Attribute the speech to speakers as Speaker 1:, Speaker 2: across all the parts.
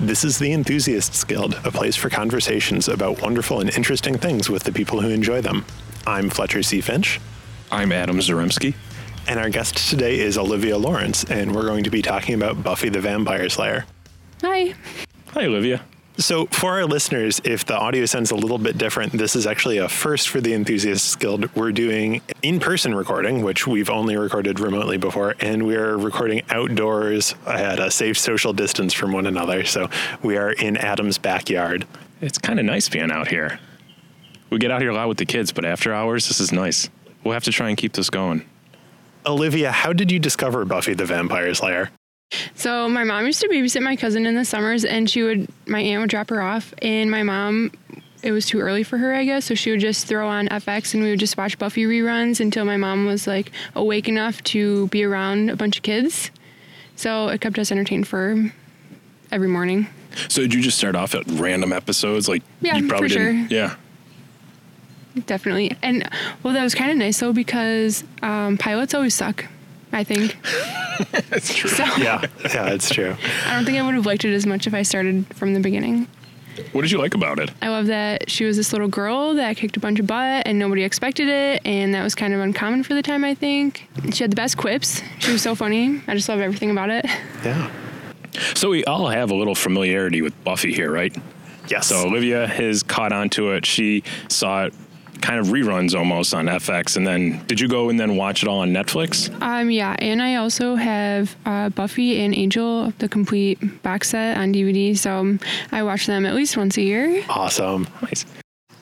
Speaker 1: This is the Enthusiasts Guild, a place for conversations about wonderful and interesting things with the people who enjoy them. I'm Fletcher C. Finch,
Speaker 2: I'm Adam Zaremski.
Speaker 1: and our guest today is Olivia Lawrence, and we're going to be talking about Buffy the Vampire Slayer.
Speaker 3: Hi.
Speaker 2: Hi, Olivia.
Speaker 1: So, for our listeners, if the audio sounds a little bit different, this is actually a first for the Enthusiasts Guild. We're doing in person recording, which we've only recorded remotely before, and we're recording outdoors at a safe social distance from one another. So, we are in Adam's backyard.
Speaker 2: It's kind of nice being out here. We get out here a lot with the kids, but after hours, this is nice. We'll have to try and keep this going.
Speaker 1: Olivia, how did you discover Buffy the Vampire Slayer?
Speaker 3: So my mom used to babysit my cousin in the summers, and she would my aunt would drop her off, and my mom. It was too early for her, I guess, so she would just throw on FX and we would just watch Buffy reruns until my mom was like awake enough to be around a bunch of kids. So it kept us entertained for every morning.
Speaker 2: So, did you just start off at random episodes? Like,
Speaker 3: Yeah,
Speaker 2: you probably
Speaker 3: for sure.
Speaker 2: didn't. Yeah.
Speaker 3: Definitely. And well, that was kind of nice though because um, pilots always suck, I think.
Speaker 2: That's true.
Speaker 3: So
Speaker 1: Yeah, yeah, it's true.
Speaker 3: I don't think I would have liked it as much if I started from the beginning.
Speaker 2: What did you like about it?
Speaker 3: I love that she was this little girl that kicked a bunch of butt and nobody expected it, and that was kind of uncommon for the time, I think. She had the best quips. She was so funny. I just love everything about it.
Speaker 1: Yeah.
Speaker 2: So, we all have a little familiarity with Buffy here, right?
Speaker 1: Yes.
Speaker 2: So Olivia has caught onto it. She saw it kind of reruns almost on FX. And then did you go and then watch it all on Netflix?
Speaker 3: Um, yeah, and I also have uh, Buffy and Angel, the complete box set on DVD, so I watch them at least once a year.
Speaker 1: awesome.
Speaker 2: Nice.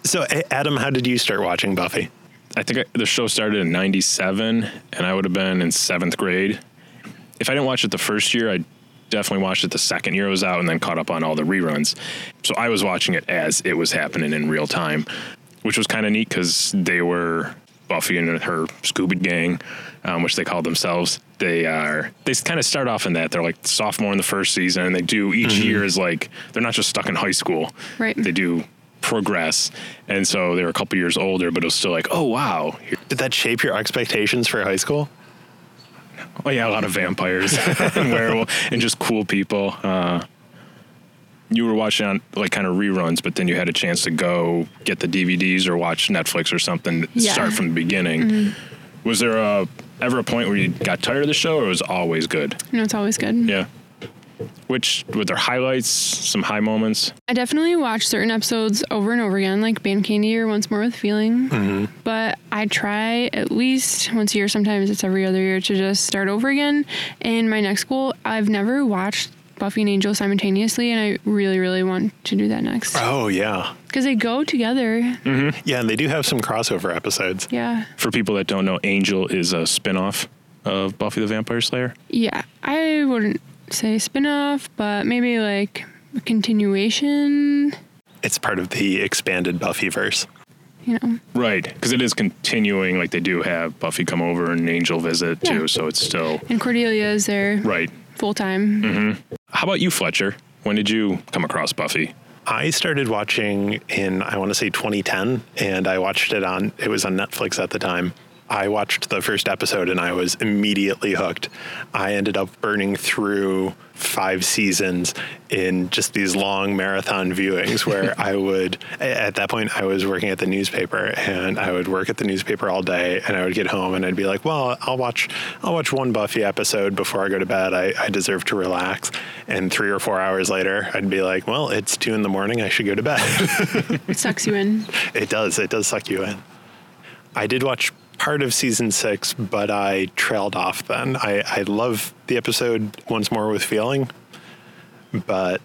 Speaker 1: So, A- Adam, how did you start watching Buffy?
Speaker 2: I think I, the show started in 97 and I would have been in seventh grade. If I didn't watch it the first year, I definitely watched it the second year it was out and then caught up on all the reruns. So I was watching it as it was happening in real time, which was kind of neat because they were Buffy and her Scooby Gang, um, which they call themselves. They are they kind of start off in that they're like sophomore in the first season, and they do each year is like they're not just stuck in high school.
Speaker 3: Right.
Speaker 2: They do progress, and so they were a couple years older, but it was still like, oh wow,
Speaker 1: Did that shape your expectations for high school?
Speaker 2: Oh yeah, a lot of vampires and werewolf and just cool people. Uh, you were watching on like kind of reruns, but then you had a chance to go get the DVDs or watch Netflix or something.
Speaker 3: Yeah. Mm-hmm.
Speaker 2: Start from the beginning. Was there a, ever a point where you got tired of the show, or it was always good?
Speaker 3: You know, it's always good.
Speaker 2: Yeah. Which were there highlights, some high moments?
Speaker 3: I definitely watch certain episodes over and over again, like Band Candy or Once More with Feeling. But I try at least once a year, sometimes it's every other year, to just start over again. And my next goal, I've never watched Buffy and Angel simultaneously, and I really, really want to do that next.
Speaker 1: Oh, yeah.
Speaker 3: Because they go together.
Speaker 1: Yeah, and they do have some crossover episodes.
Speaker 3: Yeah.
Speaker 2: For people that don't know, Angel is a spin-off of Buffy the Vampire Slayer.
Speaker 3: Yeah. I wouldn't say spin off, but maybe like a continuation,
Speaker 1: It's part of the expanded Buffyverse.
Speaker 3: you know.
Speaker 2: Right, because it is continuing. Like they do have Buffy come over and Angel visit
Speaker 3: Yeah.
Speaker 2: too, so it's still
Speaker 3: And Cordelia is there
Speaker 2: right.
Speaker 3: full time.
Speaker 2: How about you, Fletcher? When did you come across Buffy?
Speaker 1: I started watching in, I want to say 2010, and I watched it on, it was on Netflix at the time. I watched the first episode and I was immediately hooked. I ended up burning through five seasons in just these long marathon viewings where I would, a- at that point, I was working at the newspaper and I would work at the newspaper all day and I would get home and I'd be like, well, I'll watch, I'll watch one Buffy episode before I go to bed. I, I deserve to relax. And three or four hours later, I'd be like, well, it's two in the morning. I should go to bed.
Speaker 3: It sucks you in.
Speaker 1: It does. It does suck you in. I did watch part of season six, but I trailed off then. I, I love the episode Once More with Feeling, but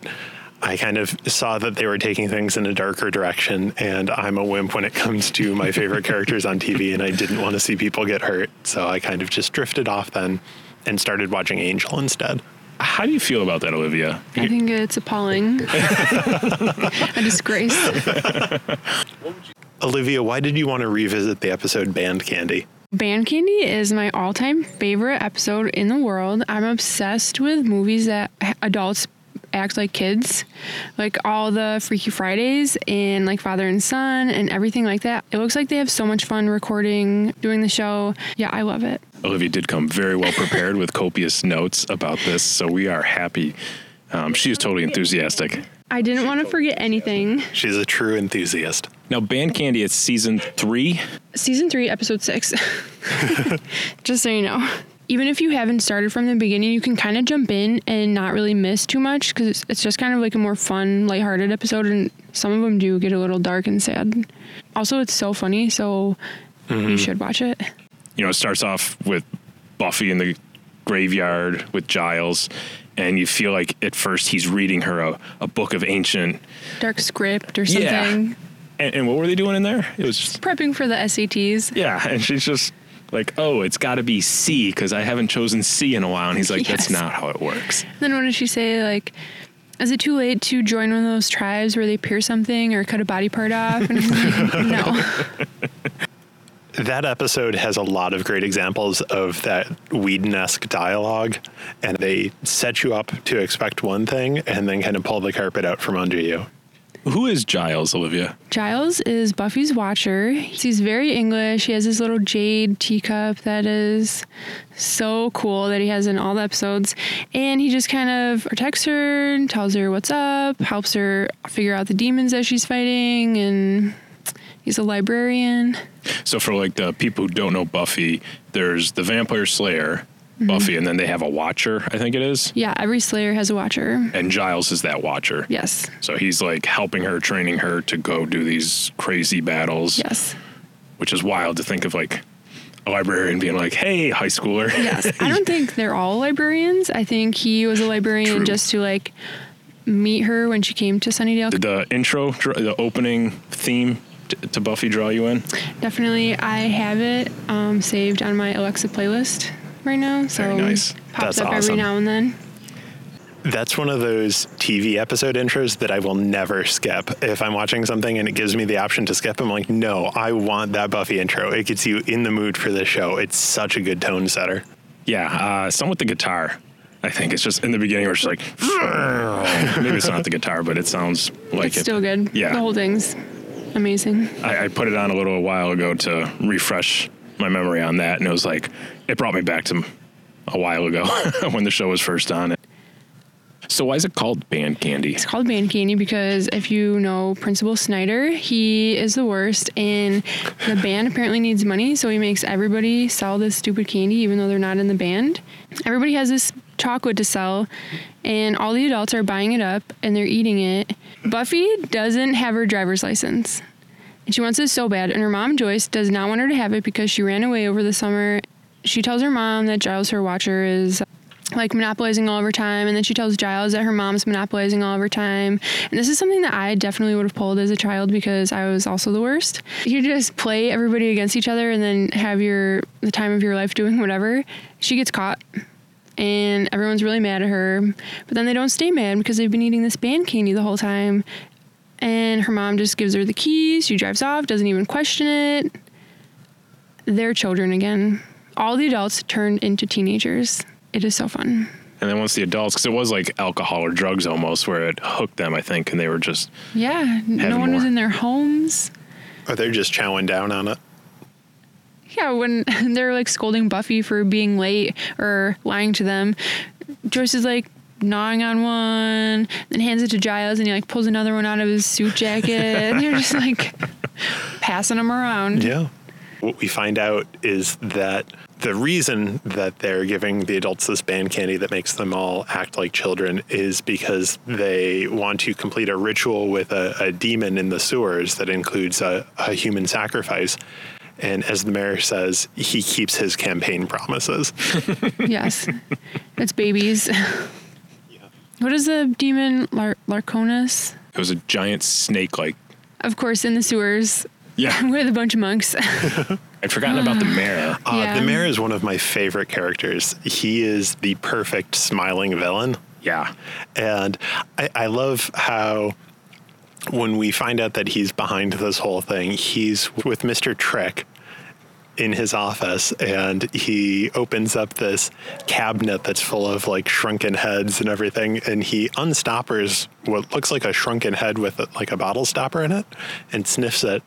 Speaker 1: I kind of saw that they were taking things in a darker direction, and I'm a wimp when it comes to my favorite characters on TV, and I didn't want to see people get hurt. So I kind of just drifted off then and started watching Angel instead.
Speaker 2: How do you feel about that, Olivia?
Speaker 3: I think it's appalling. a disgrace.
Speaker 1: Olivia, why did you want to revisit the episode Band Candy?
Speaker 3: Band Candy is my all time favorite episode in the world. I'm obsessed with movies that h- adults act like kids, like all the Freaky Fridays and like Father and Son and everything like that. It looks like they have so much fun recording, doing the show. Yeah, I love it.
Speaker 2: Olivia did come very well prepared with copious notes about this, so we are happy Um, she is totally enthusiastic.
Speaker 3: I didn't want to forget anything.
Speaker 1: She's a true enthusiast.
Speaker 2: Now, Band Candy, it's season three.
Speaker 3: Season three, episode six. Just so you know. Even if you haven't started from the beginning, you can kind of jump in and not really miss too much because it's, it's just kind of like a more fun, lighthearted episode. And some of them do get a little dark and sad. Also, it's so funny, so you should watch it.
Speaker 2: You know, it starts off with Buffy in the graveyard with Giles, and you feel like at first he's reading her a, a book of ancient.
Speaker 3: Dark script or something.
Speaker 2: And, and what were they doing in there? It was just,
Speaker 3: Prepping for the SATs.
Speaker 2: yeah. And she's just like, oh, it's got to be C because I haven't chosen C in a while. And he's like, that's
Speaker 3: Yes.
Speaker 2: not how it works.
Speaker 3: Then what did she say? Like, is it too late to join one of those tribes where they pierce something or cut a body part off? And I'm like, no.
Speaker 1: That episode has a lot of great examples of that Whedon esque dialogue, and they set you up to expect one thing and then kind of pull the carpet out from under you.
Speaker 2: Who is Giles, Olivia?
Speaker 3: Giles is Buffy's watcher. He's very English. He has this little jade teacup that is so cool that he has in all the episodes. And he just kind of protects her, and tells her what's up, helps her figure out the demons that she's fighting, and he's a librarian.
Speaker 2: So for like the people who don't know Buffy, there's the Vampire Slayer,
Speaker 3: Mm-hmm.
Speaker 2: Buffy, and then they have a Watcher, I think it is,
Speaker 3: Yeah, every Slayer has a watcher.
Speaker 2: and Giles is that Watcher.
Speaker 3: Yes.
Speaker 2: So he's like helping her, training her to go do these crazy battles,
Speaker 3: Yes.
Speaker 2: which is wild to think of like a librarian being like, "Hey, high schooler."
Speaker 3: Yes. I don't think they're all librarians. I think he was a librarian
Speaker 2: True.
Speaker 3: just to like meet her when she came to Sunnydale.
Speaker 2: the intro, dr- the opening theme t- to Buffy draw you in.
Speaker 3: Definitely, I have it um, saved on my Alexa playlist right now. So
Speaker 2: Very nice.
Speaker 1: That's
Speaker 3: Pops up
Speaker 1: awesome.
Speaker 3: every now and then.
Speaker 1: That's one of those TV episode intros that I will never skip. If I'm watching something and it gives me the option to skip, I'm like, no, I want that Buffy intro. It gets you in the mood for this show. It's such a good tone setter.
Speaker 2: Yeah, uh, some with the guitar. I think it's just in the beginning where she's like, maybe it's not the guitar, but it sounds like
Speaker 3: it's
Speaker 2: it.
Speaker 3: still good.
Speaker 2: Yeah.
Speaker 3: The whole thing's amazing.
Speaker 2: I, I put it on a little while ago to refresh my memory on that, and it was like it brought me back to a while ago when the show was first on. So why is it called Band Candy?
Speaker 3: It's called Band Candy because if you know Principal Snyder, he is the worst, and the band apparently needs money, so he makes everybody sell this stupid candy, even though they're not in the band. Everybody has this chocolate to sell, and all the adults are buying it up and they're eating it. Buffy doesn't have her driver's license. And she wants it so bad. And her mom, Joyce, does not want her to have it because she ran away over the summer. She tells her mom that Giles, her watcher, is like monopolizing all of her time. And then she tells Giles that her mom's monopolizing all of her time. And this is something that I definitely would have pulled as a child because I was also the worst. You just play everybody against each other and then have your the time of your life doing whatever. She gets caught and everyone's really mad at her. But then they don't stay mad because they've been eating this band candy the whole time. And her mom just gives her the keys. She drives off, doesn't even question it. They're children again. All the adults turned into teenagers. It is so fun.
Speaker 2: And then once the adults, because it was like alcohol or drugs almost, where it hooked them, I think, and they were just
Speaker 3: Yeah, no one was
Speaker 2: more.
Speaker 3: in their homes.
Speaker 1: Or they're just chowing down on it.
Speaker 3: Yeah, when they're like scolding Buffy for being late or lying to them, Joyce is like gnawing on one, then hands it to Giles, and he like pulls another one out of his suit jacket. and they're just like passing them around.
Speaker 1: Yeah. What we find out is that the reason that they're giving the adults this band candy that makes them all act like children is because they want to complete a ritual with a, a demon in the sewers that includes a, a human sacrifice. And as the mayor says, he keeps his campaign promises.
Speaker 3: yes, it's babies. What is the demon Lar- Larconus?
Speaker 2: it was a giant snake like.
Speaker 3: Of course, in the sewers
Speaker 2: Yeah,
Speaker 3: with a bunch of monks.
Speaker 2: I'd forgotten about the mayor.
Speaker 1: Uh,
Speaker 3: Yeah.
Speaker 1: The mayor is one of my favorite characters. He is the perfect smiling villain.
Speaker 2: Yeah,
Speaker 1: And I, I love how when we find out that he's behind this whole thing, he's with Mr. Trick in his office and he opens up this cabinet that's full of like shrunken heads and everything and he unstoppers what looks like a shrunken head with like a bottle stopper in it and sniffs it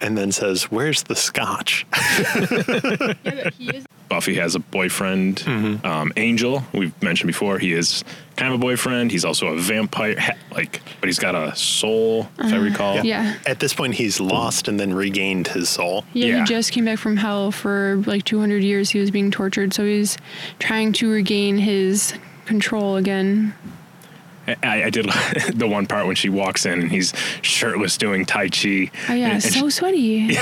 Speaker 1: and then says, Where's the scotch?
Speaker 3: Yeah, but he is.
Speaker 2: Buffy has a boyfriend, um, Angel. We've mentioned before he is kind of a boyfriend. He's also a vampire, he- like, but he's got a soul, if I recall.
Speaker 3: Uh-huh. Yeah.
Speaker 1: At this point, he's lost and then regained his soul.
Speaker 3: Yeah,
Speaker 2: Yeah.
Speaker 3: he just came back from hell for like 200 years. He was being tortured, so he's trying to regain his control again.
Speaker 2: I- I, I did the one part when she walks in and he's shirtless doing tai chi.
Speaker 3: Oh yeah,
Speaker 2: and, and
Speaker 3: so sweaty.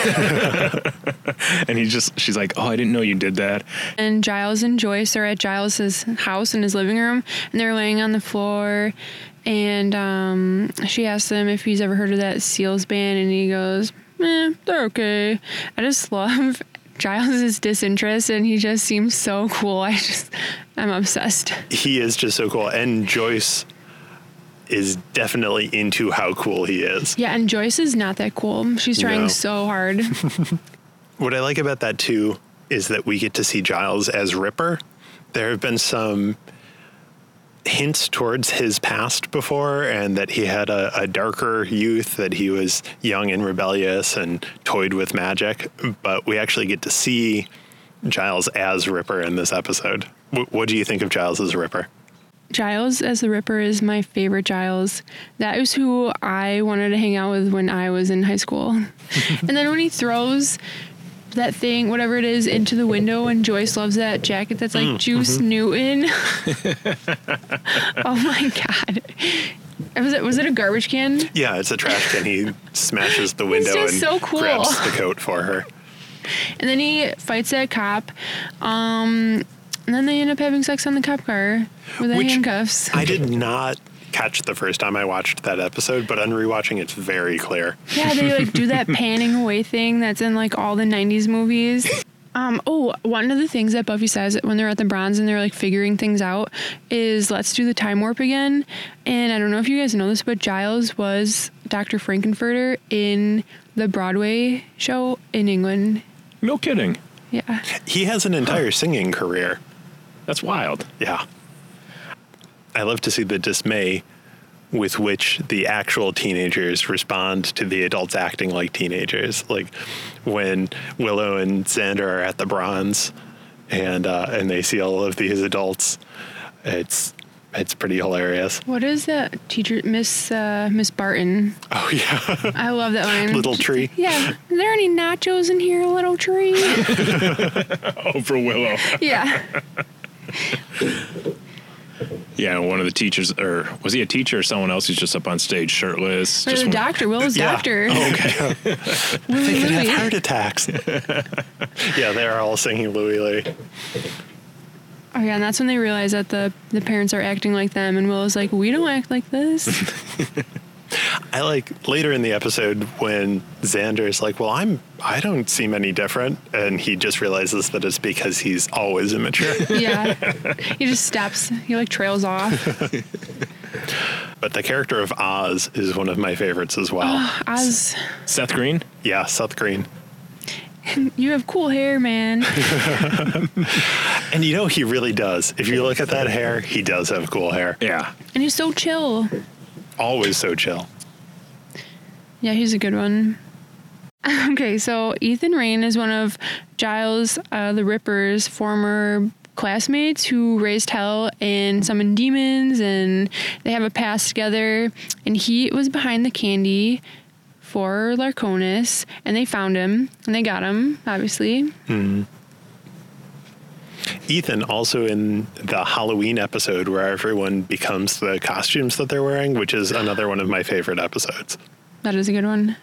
Speaker 2: she- and he just she's like, oh, I didn't know you did that.
Speaker 3: And Giles and Joyce are at Giles's house in his living room, and they're laying on the floor. And um, she asks him if he's ever heard of that Seals band, and he goes, "Eh, they're okay." I just love Giles's disinterest, and he just seems so cool. I just, I'm obsessed.
Speaker 1: He is just so cool. And Joyce is definitely into how cool he is.
Speaker 3: Yeah, and Joyce is not that cool. She's trying
Speaker 1: No.
Speaker 3: so hard.
Speaker 1: What I like about that too is that we get to see Giles as Ripper. There have been some hints towards his past before and that he had a, a darker youth, that he was young and rebellious and toyed with magic. But we actually get to see Giles as Ripper in this episode. W- what do you think of Giles as Ripper?
Speaker 3: Giles as the Ripper is my favorite Giles. That is who I wanted to hang out with when I was in high school. and then when he throws that thing, whatever it is, into the window, and Joyce loves that jacket that's like Juice Newton. oh my god. Was it was it a garbage can?
Speaker 1: Yeah, it's a trash can. He smashes the window
Speaker 3: just
Speaker 1: and
Speaker 3: so cool.
Speaker 1: grabs the coat for her.
Speaker 3: And then he fights that cop. Um and then they end up having sex on the cop car with the
Speaker 1: Which-
Speaker 3: handcuffs.
Speaker 1: I did not catch the first time I watched that episode, but on rewatching, it's very clear.
Speaker 3: Yeah, they like do that panning away thing that's in like all the '90s movies. Um, oh, one of the things that Buffy says when they're at the Bronze and they're like figuring things out is let's do the time warp again. And I don't know if you guys know this, but Giles was Dr. Frankenfurter in the Broadway show in England.
Speaker 2: No kidding.
Speaker 3: Yeah.
Speaker 1: He has an entire singing career.
Speaker 2: That's wild.
Speaker 1: Yeah. I love to see the dismay with which the actual teenagers respond to the adults acting like teenagers. Like when Willow and Xander are at the Bronze and uh, and they see all of these adults, it's it's pretty hilarious.
Speaker 3: What is that teacher, Miss uh, Miss Barton?
Speaker 1: Oh yeah.
Speaker 3: I love that line.
Speaker 1: Little tree.
Speaker 3: Yeah. Are there any nachos in here, little tree?
Speaker 2: Over Willow.
Speaker 3: yeah.
Speaker 2: Yeah, one of the teachers, or was he a teacher or someone else who's just up on stage shirtless?
Speaker 3: Or
Speaker 2: Just
Speaker 3: the
Speaker 2: one-
Speaker 3: doctor, Willow's
Speaker 1: Yeah. Oh,
Speaker 3: doctor.
Speaker 1: Okay.
Speaker 3: Louis,
Speaker 1: they could have
Speaker 3: Louis.
Speaker 1: heart attacks. yeah, they're all singing Louie Louie.
Speaker 3: Oh yeah, and that's when they realize that the the parents are acting like them, and Willow's like, "We don't act like this."
Speaker 1: I like later in the episode when Xander is like, "Well, I'm I don't seem any different," and he just realizes that it's because he's always immature.
Speaker 3: yeah, he just steps. He like trails off.
Speaker 1: but the character of Oz is one of my favorites as well.
Speaker 3: Oz,
Speaker 2: Seth Green?
Speaker 1: yeah, Seth Green.
Speaker 3: you have cool hair, man.
Speaker 1: And you know he really does. If you look at that hair, he does have cool hair.
Speaker 2: Yeah.
Speaker 3: And he's so chill.
Speaker 1: Always so chill.
Speaker 3: Yeah, he's a good one. Okay, so Ethan Rain is one of Giles uh, the Ripper's former classmates who raised hell and summoned demons, and they have a past together. And he was behind the candy for Larconis, and they found him and they got him, obviously.
Speaker 1: Ethan also in the Halloween episode where everyone becomes the costumes that they're wearing, which is another one of my favorite episodes.
Speaker 3: That is a good one.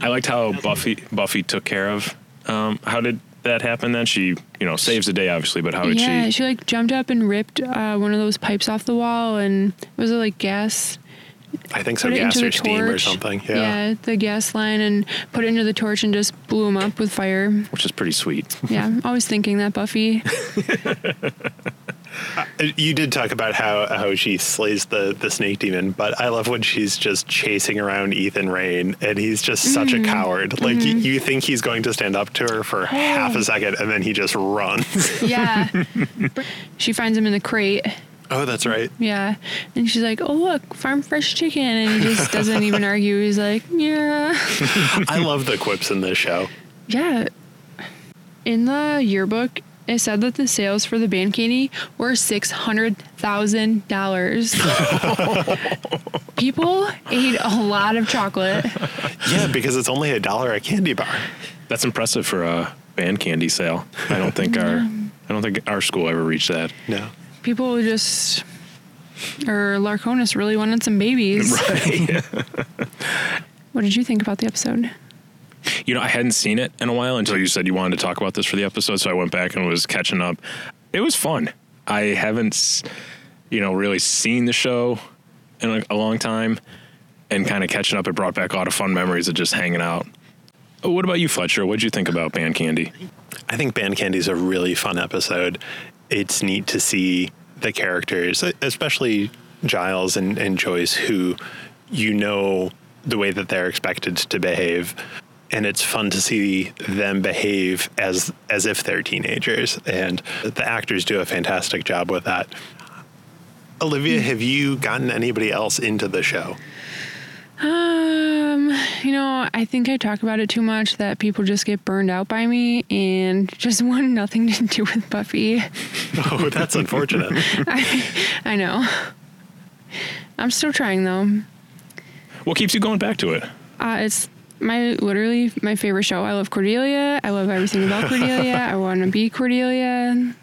Speaker 2: I liked how Buffy Buffy took care of. Um, how did that happen then? She, you know, saves the day, obviously, but how did
Speaker 3: yeah, she?
Speaker 2: she?
Speaker 3: like jumped up and ripped uh, one of those pipes off the wall, and was it like gas?
Speaker 1: I think so,
Speaker 3: put it
Speaker 1: gas
Speaker 3: into
Speaker 1: or
Speaker 3: the
Speaker 1: steam
Speaker 3: torch.
Speaker 1: or something.
Speaker 3: the gas line and put it into the torch and just blew him up with fire.
Speaker 2: Which is pretty sweet.
Speaker 3: Yeah, always thinking that Buffy.
Speaker 1: Uh, You did talk about how, how she slays the, the snake demon, but I love when she's just chasing around Ethan Rain and he's just such
Speaker 3: Mm-hmm.
Speaker 1: a coward. Like, y- you think he's going to stand up to her for half a second and then he just runs.
Speaker 3: Yeah, she finds him in the crate.
Speaker 1: Oh, that's right.
Speaker 3: Yeah. And she's like, oh, look, farm fresh chicken. And he just doesn't even argue. He's like, yeah.
Speaker 1: I love the quips in this show.
Speaker 3: Yeah. In the yearbook, it said that the sales for the band candy were $600,000. People ate a lot of chocolate.
Speaker 1: Yeah, because it's only a dollar a candy bar.
Speaker 2: That's impressive for a band candy sale. I don't think our I don't think our school ever reached that.
Speaker 1: No.
Speaker 3: People just, or Larconis really wanted some babies.
Speaker 2: Right.
Speaker 3: What did you think about the episode?
Speaker 2: you know, I hadn't seen it in a while until you said you wanted to talk about this for the episode, so I went back and was catching up. It was fun. I haven't, s- you know, really seen the show in a, a long time, and kind of catching up. It brought back a lot of fun memories of just hanging out. Oh, What about you, Fletcher? What'd you think about Band Candy?
Speaker 1: I think Band Candy's a really fun episode. It's neat to see the characters, especially Giles and, and Joyce, who you know the way that they're expected to behave. And it's fun to see them behave as as if they're teenagers. And the actors do a fantastic job with that. Olivia, have you gotten anybody else into the show?
Speaker 3: Um, you know, I think I talk about it too much that people just get burned out by me and just want nothing to do with Buffy.
Speaker 1: Oh, that's unfortunate.
Speaker 3: I know. I'm still trying though.
Speaker 2: What keeps you going back to it?
Speaker 3: Uh, it's my literally my favorite show. I love Cordelia. I love everything about Cordelia. I want to be Cordelia.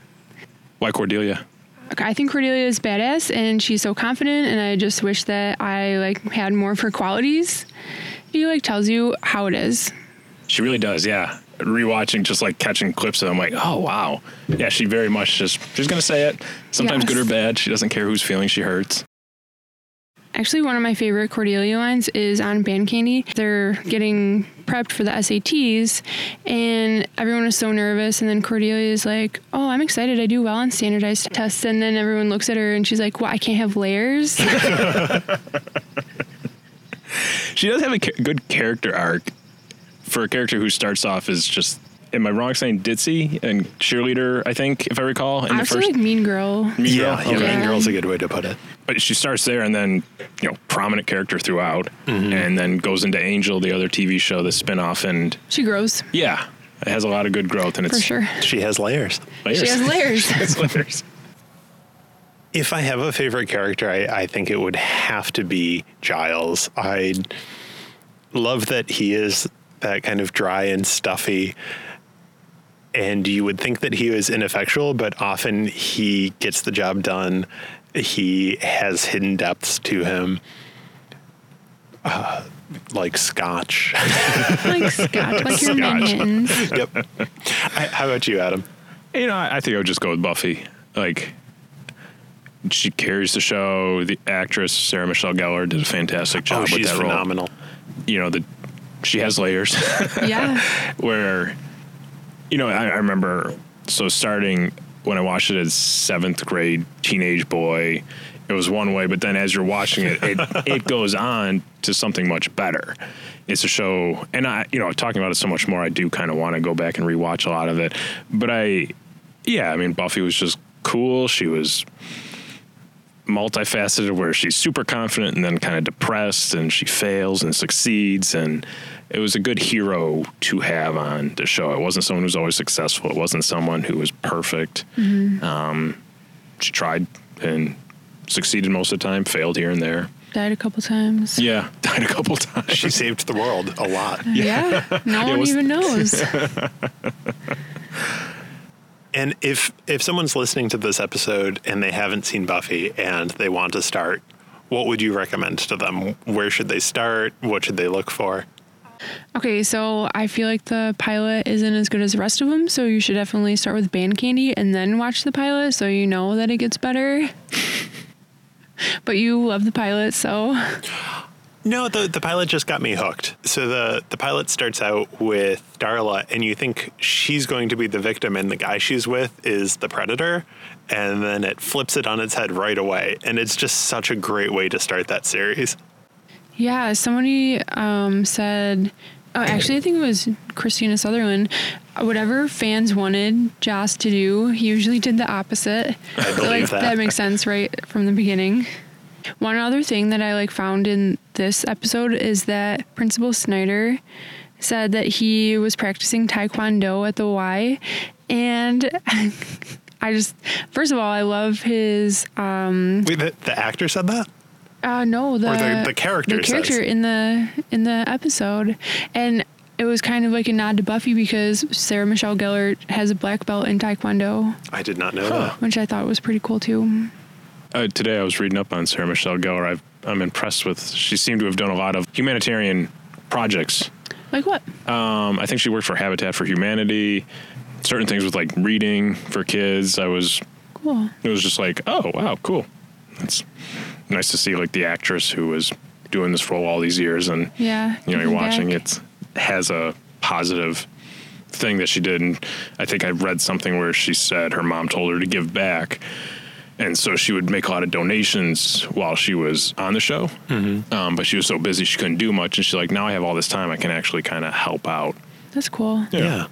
Speaker 2: Why Cordelia?
Speaker 3: Okay, I think Cordelia is badass and she's so confident and I just wish that I like had more of her qualities. She like tells you how it is.
Speaker 2: She really does, yeah. Rewatching, just like catching clips of them, like, oh wow, yeah. She very much just she's gonna say it. Sometimes
Speaker 3: Yes.
Speaker 2: good or bad, she doesn't care whose feelings she hurts.
Speaker 3: Actually, one of my favorite Cordelia lines is on Band Candy. They're getting prepped for the SATs, and everyone is so nervous. And then Cordelia is like, "Oh, I'm excited! I do well on standardized tests." And then everyone looks at her, and she's like, "Well, I can't have layers."
Speaker 2: She does have a cha- good character arc for a character who starts off as just. Am I wrong saying ditzy and cheerleader? I think if I recall in
Speaker 3: I
Speaker 2: the
Speaker 3: feel
Speaker 2: first.
Speaker 3: like Mean Girl.
Speaker 2: Mean Girl,
Speaker 1: yeah, yeah,
Speaker 2: okay.
Speaker 1: Mean Girl's a good way to put it.
Speaker 2: But she starts there and then, you know, prominent character throughout,
Speaker 1: Mm-hmm.
Speaker 2: and then goes into Angel, the other TV show, the spinoff, and
Speaker 3: She grows.
Speaker 2: yeah, it has a lot of good growth and it's
Speaker 3: For sure.
Speaker 1: She has layers.
Speaker 2: layers.
Speaker 3: She has layers.
Speaker 2: She has layers.
Speaker 1: If I have a favorite character, I, I think it would have to be Giles. I love that he is that kind of dry and stuffy. And you would think that he was ineffectual, but often he gets the job done. He has hidden depths to him, uh, like scotch.
Speaker 3: like Scotch, like
Speaker 2: Scotch.
Speaker 3: your minions.
Speaker 1: yep. I, how about you, Adam?
Speaker 2: You know, I I think I would just go with Buffy. Like, she carries the show. The actress Sarah Michelle Gellar did a fantastic job
Speaker 1: Oh,
Speaker 2: with
Speaker 1: she's
Speaker 2: that role.
Speaker 1: phenomenal.
Speaker 2: You know, the she has layers.
Speaker 3: Yeah.
Speaker 2: where, you know, I, I remember. So starting when I watched it as seventh grade teenage boy, it was one way. But then as you're watching it, it, it goes on to something much better. It's a show, and I, you know, talking about it so much more, I do kind of want to go back and rewatch a lot of it. But I, yeah, I mean, Buffy was just cool. She was multifaceted where she's super confident and then kind of depressed and she fails and succeeds and it was a good hero to have on the show. It wasn't someone who's always successful. It wasn't someone who was perfect. Um, she tried and succeeded most of the time, failed here and there.
Speaker 3: Died a couple times.
Speaker 2: Yeah, died a couple times.
Speaker 1: She saved the world a lot.
Speaker 3: Yeah. No one
Speaker 2: was-
Speaker 3: even knows.
Speaker 1: And if if someone's listening to this episode and they haven't seen Buffy and they want to start, what would you recommend to them? Where should they start? What should they look for?
Speaker 3: Okay, so I feel like the pilot isn't as good as the rest of them, so you should definitely start with Band Candy and then watch the pilot so you know that it gets better. but you love the pilot, so
Speaker 1: No, the, the pilot just got me hooked. So the, the pilot starts out with Darla, and you think she's going to be the victim, and the guy she's with is the predator. And then it flips it on its head right away. And it's just such a great way to start that series.
Speaker 3: yeah, somebody um, said, oh, actually, I think it was Christina Sutherland. whatever fans wanted Joss to do, he usually did the opposite.
Speaker 1: I
Speaker 3: So, like
Speaker 1: believe that.
Speaker 3: that makes sense right from the beginning. One other thing that I like found in this episode is that Principal Snyder said that he was practicing Taekwondo at the Y and I just first of all I love his um
Speaker 1: Wait, the, the actor said that?
Speaker 3: uh no the
Speaker 1: Or the- the character
Speaker 3: the character
Speaker 1: says.
Speaker 3: in the in the episode and it was kind of like a nod to Buffy because Sarah Michelle Gellar has a black belt in Taekwondo,
Speaker 1: I did not know that.
Speaker 3: which I thought was pretty cool too.
Speaker 2: Uh, today I was reading up on Sarah Michelle Gellar. I've, I'm impressed with. She seemed to have done a lot of humanitarian projects.
Speaker 3: Like what?
Speaker 2: Um, I think she worked for Habitat for Humanity. Certain things with like reading for kids. I was.
Speaker 3: Cool.
Speaker 2: It was just like, oh wow, cool. That's nice to see like the actress who was doing this for all these years, and
Speaker 3: Yeah.
Speaker 2: you know you're
Speaker 3: giving
Speaker 2: watching
Speaker 3: back.
Speaker 2: it has a positive thing that she did. And I think I read something where she said her mom told her to give back. And so she would make a lot of donations while she was on the show. Um, but she was so busy, she couldn't do much. And she's like, now I have all this time, I can actually kind of help out.
Speaker 3: That's cool.
Speaker 1: Yeah.
Speaker 2: Yeah.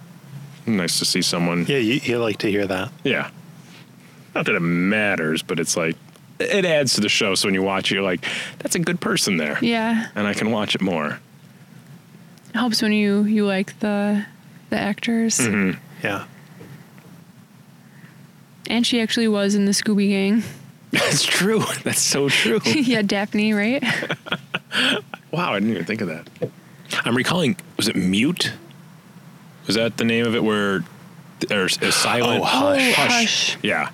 Speaker 1: Yeah,
Speaker 2: Nice to see someone. Yeah.
Speaker 1: you, you like to hear that.
Speaker 2: Not that it matters, but it's like, it adds to the show. So when you watch it, you're like, that's a good person there.
Speaker 3: Yeah.
Speaker 2: And I can watch it more.
Speaker 3: It helps when you you like the the actors.
Speaker 1: Yeah.
Speaker 3: And she actually was in the Scooby Gang.
Speaker 2: That's true. That's so true.
Speaker 3: yeah, Daphne, right?
Speaker 2: Wow, I didn't even think of that. I'm recalling. Was it mute? Was that the name of it? Where or is silent?
Speaker 1: Oh, Hush.
Speaker 3: Oh,
Speaker 2: hush.
Speaker 3: Hush.
Speaker 2: Yeah,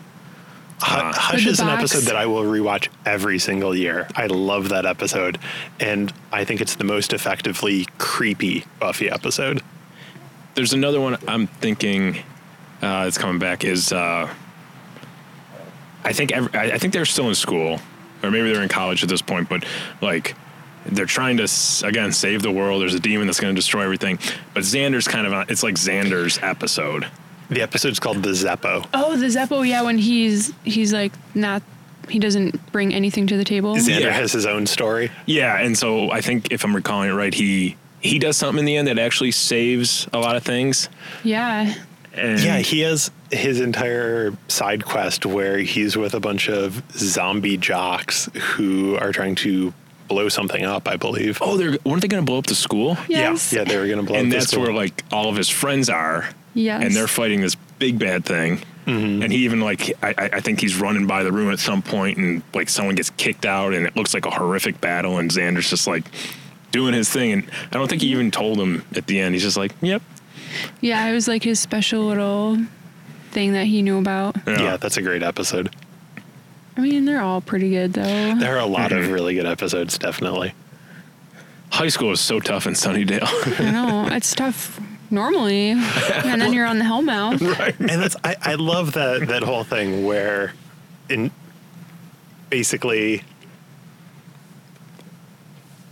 Speaker 1: Hu-
Speaker 2: Uh,
Speaker 1: Hush
Speaker 3: With the
Speaker 1: is an
Speaker 3: box.
Speaker 1: episode that I will rewatch every single year. I love that episode. And I think it's the most effectively creepy Buffy episode.
Speaker 2: there's another one. I'm thinking uh, that's coming back. Is uh, I think every, I, I think they're still in school, or maybe they're in college at this point. But like, they're trying to s- again save the world. There's a demon that's going to destroy everything. But Xander's kind of on, it's like Xander's episode.
Speaker 1: The episode's called The Zeppo.
Speaker 3: Oh, the Zeppo. Yeah, when he's he's like not he doesn't bring anything to the table.
Speaker 1: Xander
Speaker 2: Yeah. Mm-hmm.
Speaker 1: has his own story.
Speaker 2: Yeah, and so I think if I'm recalling it right, he he does something in the end that actually saves a lot of things.
Speaker 3: yeah.
Speaker 2: And
Speaker 1: Yeah, he has his entire side quest where he's with a bunch of zombie jocks who are trying to blow something up, I believe.
Speaker 2: oh, they're weren't they going to blow up the school?
Speaker 3: Yes.
Speaker 1: Yeah, yeah, they were going to blow up
Speaker 2: and
Speaker 1: the
Speaker 2: that's
Speaker 1: school.
Speaker 2: where like all of his friends are.
Speaker 3: Yes.
Speaker 2: and they're fighting this big bad thing.
Speaker 3: Mm-hmm.
Speaker 2: And he even like I, I I think he's running by the room at some point, and like someone gets kicked out, and it looks like a horrific battle. And Xander's just like doing his thing, and I don't think he even told him at the end. He's just like, "Yep,
Speaker 3: Yeah, it was like his special little thing that he knew about.
Speaker 1: yeah, that's a great episode.
Speaker 3: I mean, they're all pretty good though.
Speaker 1: There are a lot
Speaker 2: Mm-hmm.
Speaker 1: of really good episodes, definitely.
Speaker 2: High school is so tough in Sunnydale,
Speaker 3: I know it's tough normally, and then you're on the Hellmouth.
Speaker 2: right?
Speaker 1: and that's I, I love that that whole thing where in basically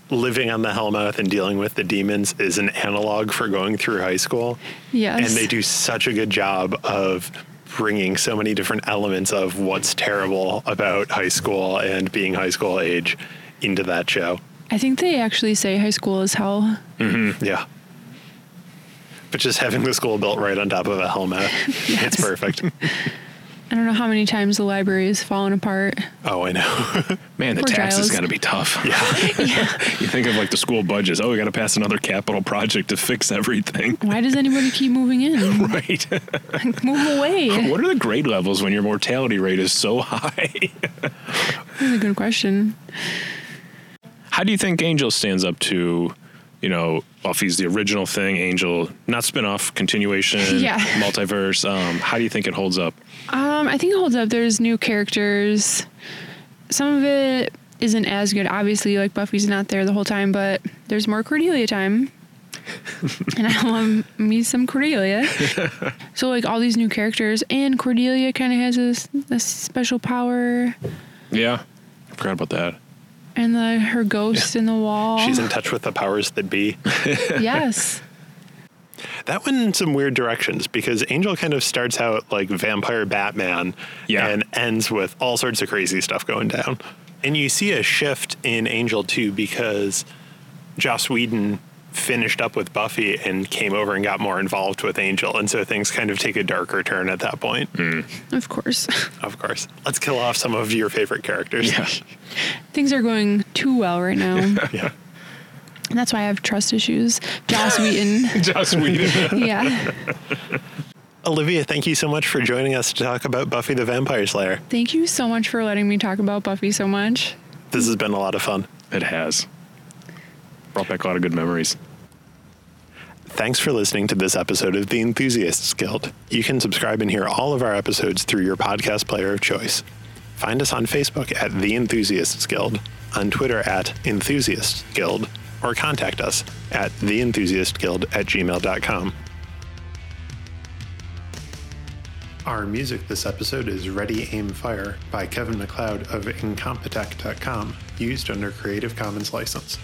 Speaker 1: living on the Hellmouth and dealing with the demons is an analog for going through high school
Speaker 3: Yes.
Speaker 1: and they do such a good job of bringing so many different elements of what's terrible about high school and being high school age into that show
Speaker 3: I think they actually say high school is hell.
Speaker 1: yeah but just having the school built right on top of a Hellmouth it's perfect
Speaker 3: I don't know how many times the library has fallen apart.
Speaker 1: oh i know
Speaker 2: Man, the
Speaker 3: Poor
Speaker 2: taxes
Speaker 3: Giles.
Speaker 2: got to be tough. you think of like the school budgets. Oh, we got to pass another capital project to fix everything.
Speaker 3: Why does anybody keep moving in?
Speaker 2: Right.
Speaker 3: Like, move away.
Speaker 2: what are the grade levels when your mortality rate is so high?
Speaker 3: That's a good question.
Speaker 2: How do you think Angel stands up to, you know, Buffy's the original thing, Angel, not spinoff, continuation,
Speaker 3: Yeah.
Speaker 2: multiverse. Um, how do you think it holds up?
Speaker 3: Um, I think it holds up. There's new characters. Some of it isn't as good, obviously. Like Buffy's not there the whole time, but there's more Cordelia time, and I love me some Cordelia. so like all these new characters, and Cordelia kind of has a s- a, special power,
Speaker 2: Yeah. I forgot about that.
Speaker 3: and the her ghost in the wall.
Speaker 1: She's in touch with the powers that be.
Speaker 3: yes.
Speaker 1: That went in some weird directions because Angel kind of starts out like vampire Batman
Speaker 2: Yeah.
Speaker 1: and ends with all sorts of crazy stuff going down. And you see a shift in Angel too because Joss Whedon finished up with Buffy and came over and got more involved with Angel. And so things kind of take a darker turn at that point.
Speaker 2: Hmm.
Speaker 3: Of course.
Speaker 1: Of course. Let's kill off some of your favorite characters.
Speaker 2: Yeah.
Speaker 3: Things are going too well right now. and
Speaker 1: yeah.
Speaker 3: that's why I have trust issues. Joss Wheaton.
Speaker 2: Joss Whedon.
Speaker 3: yeah.
Speaker 1: Olivia, thank you so much for joining us to talk about Buffy the Vampire Slayer.
Speaker 3: Thank you so much for letting me talk about Buffy so much.
Speaker 1: This has been a lot of fun.
Speaker 2: it has brought back a lot of good memories.
Speaker 1: Thanks for listening to this episode of The Enthusiasts Guild. You can subscribe and hear all of our episodes through your podcast player of choice. Find us on Facebook at The Enthusiasts Guild, on Twitter at Enthusiasts Guild, or contact us at TheEnthusiastGuild at gmail.com. Our music this episode is Ready Aim Fire by Kevin McLeod of Incompetech.com, used under Creative Commons license.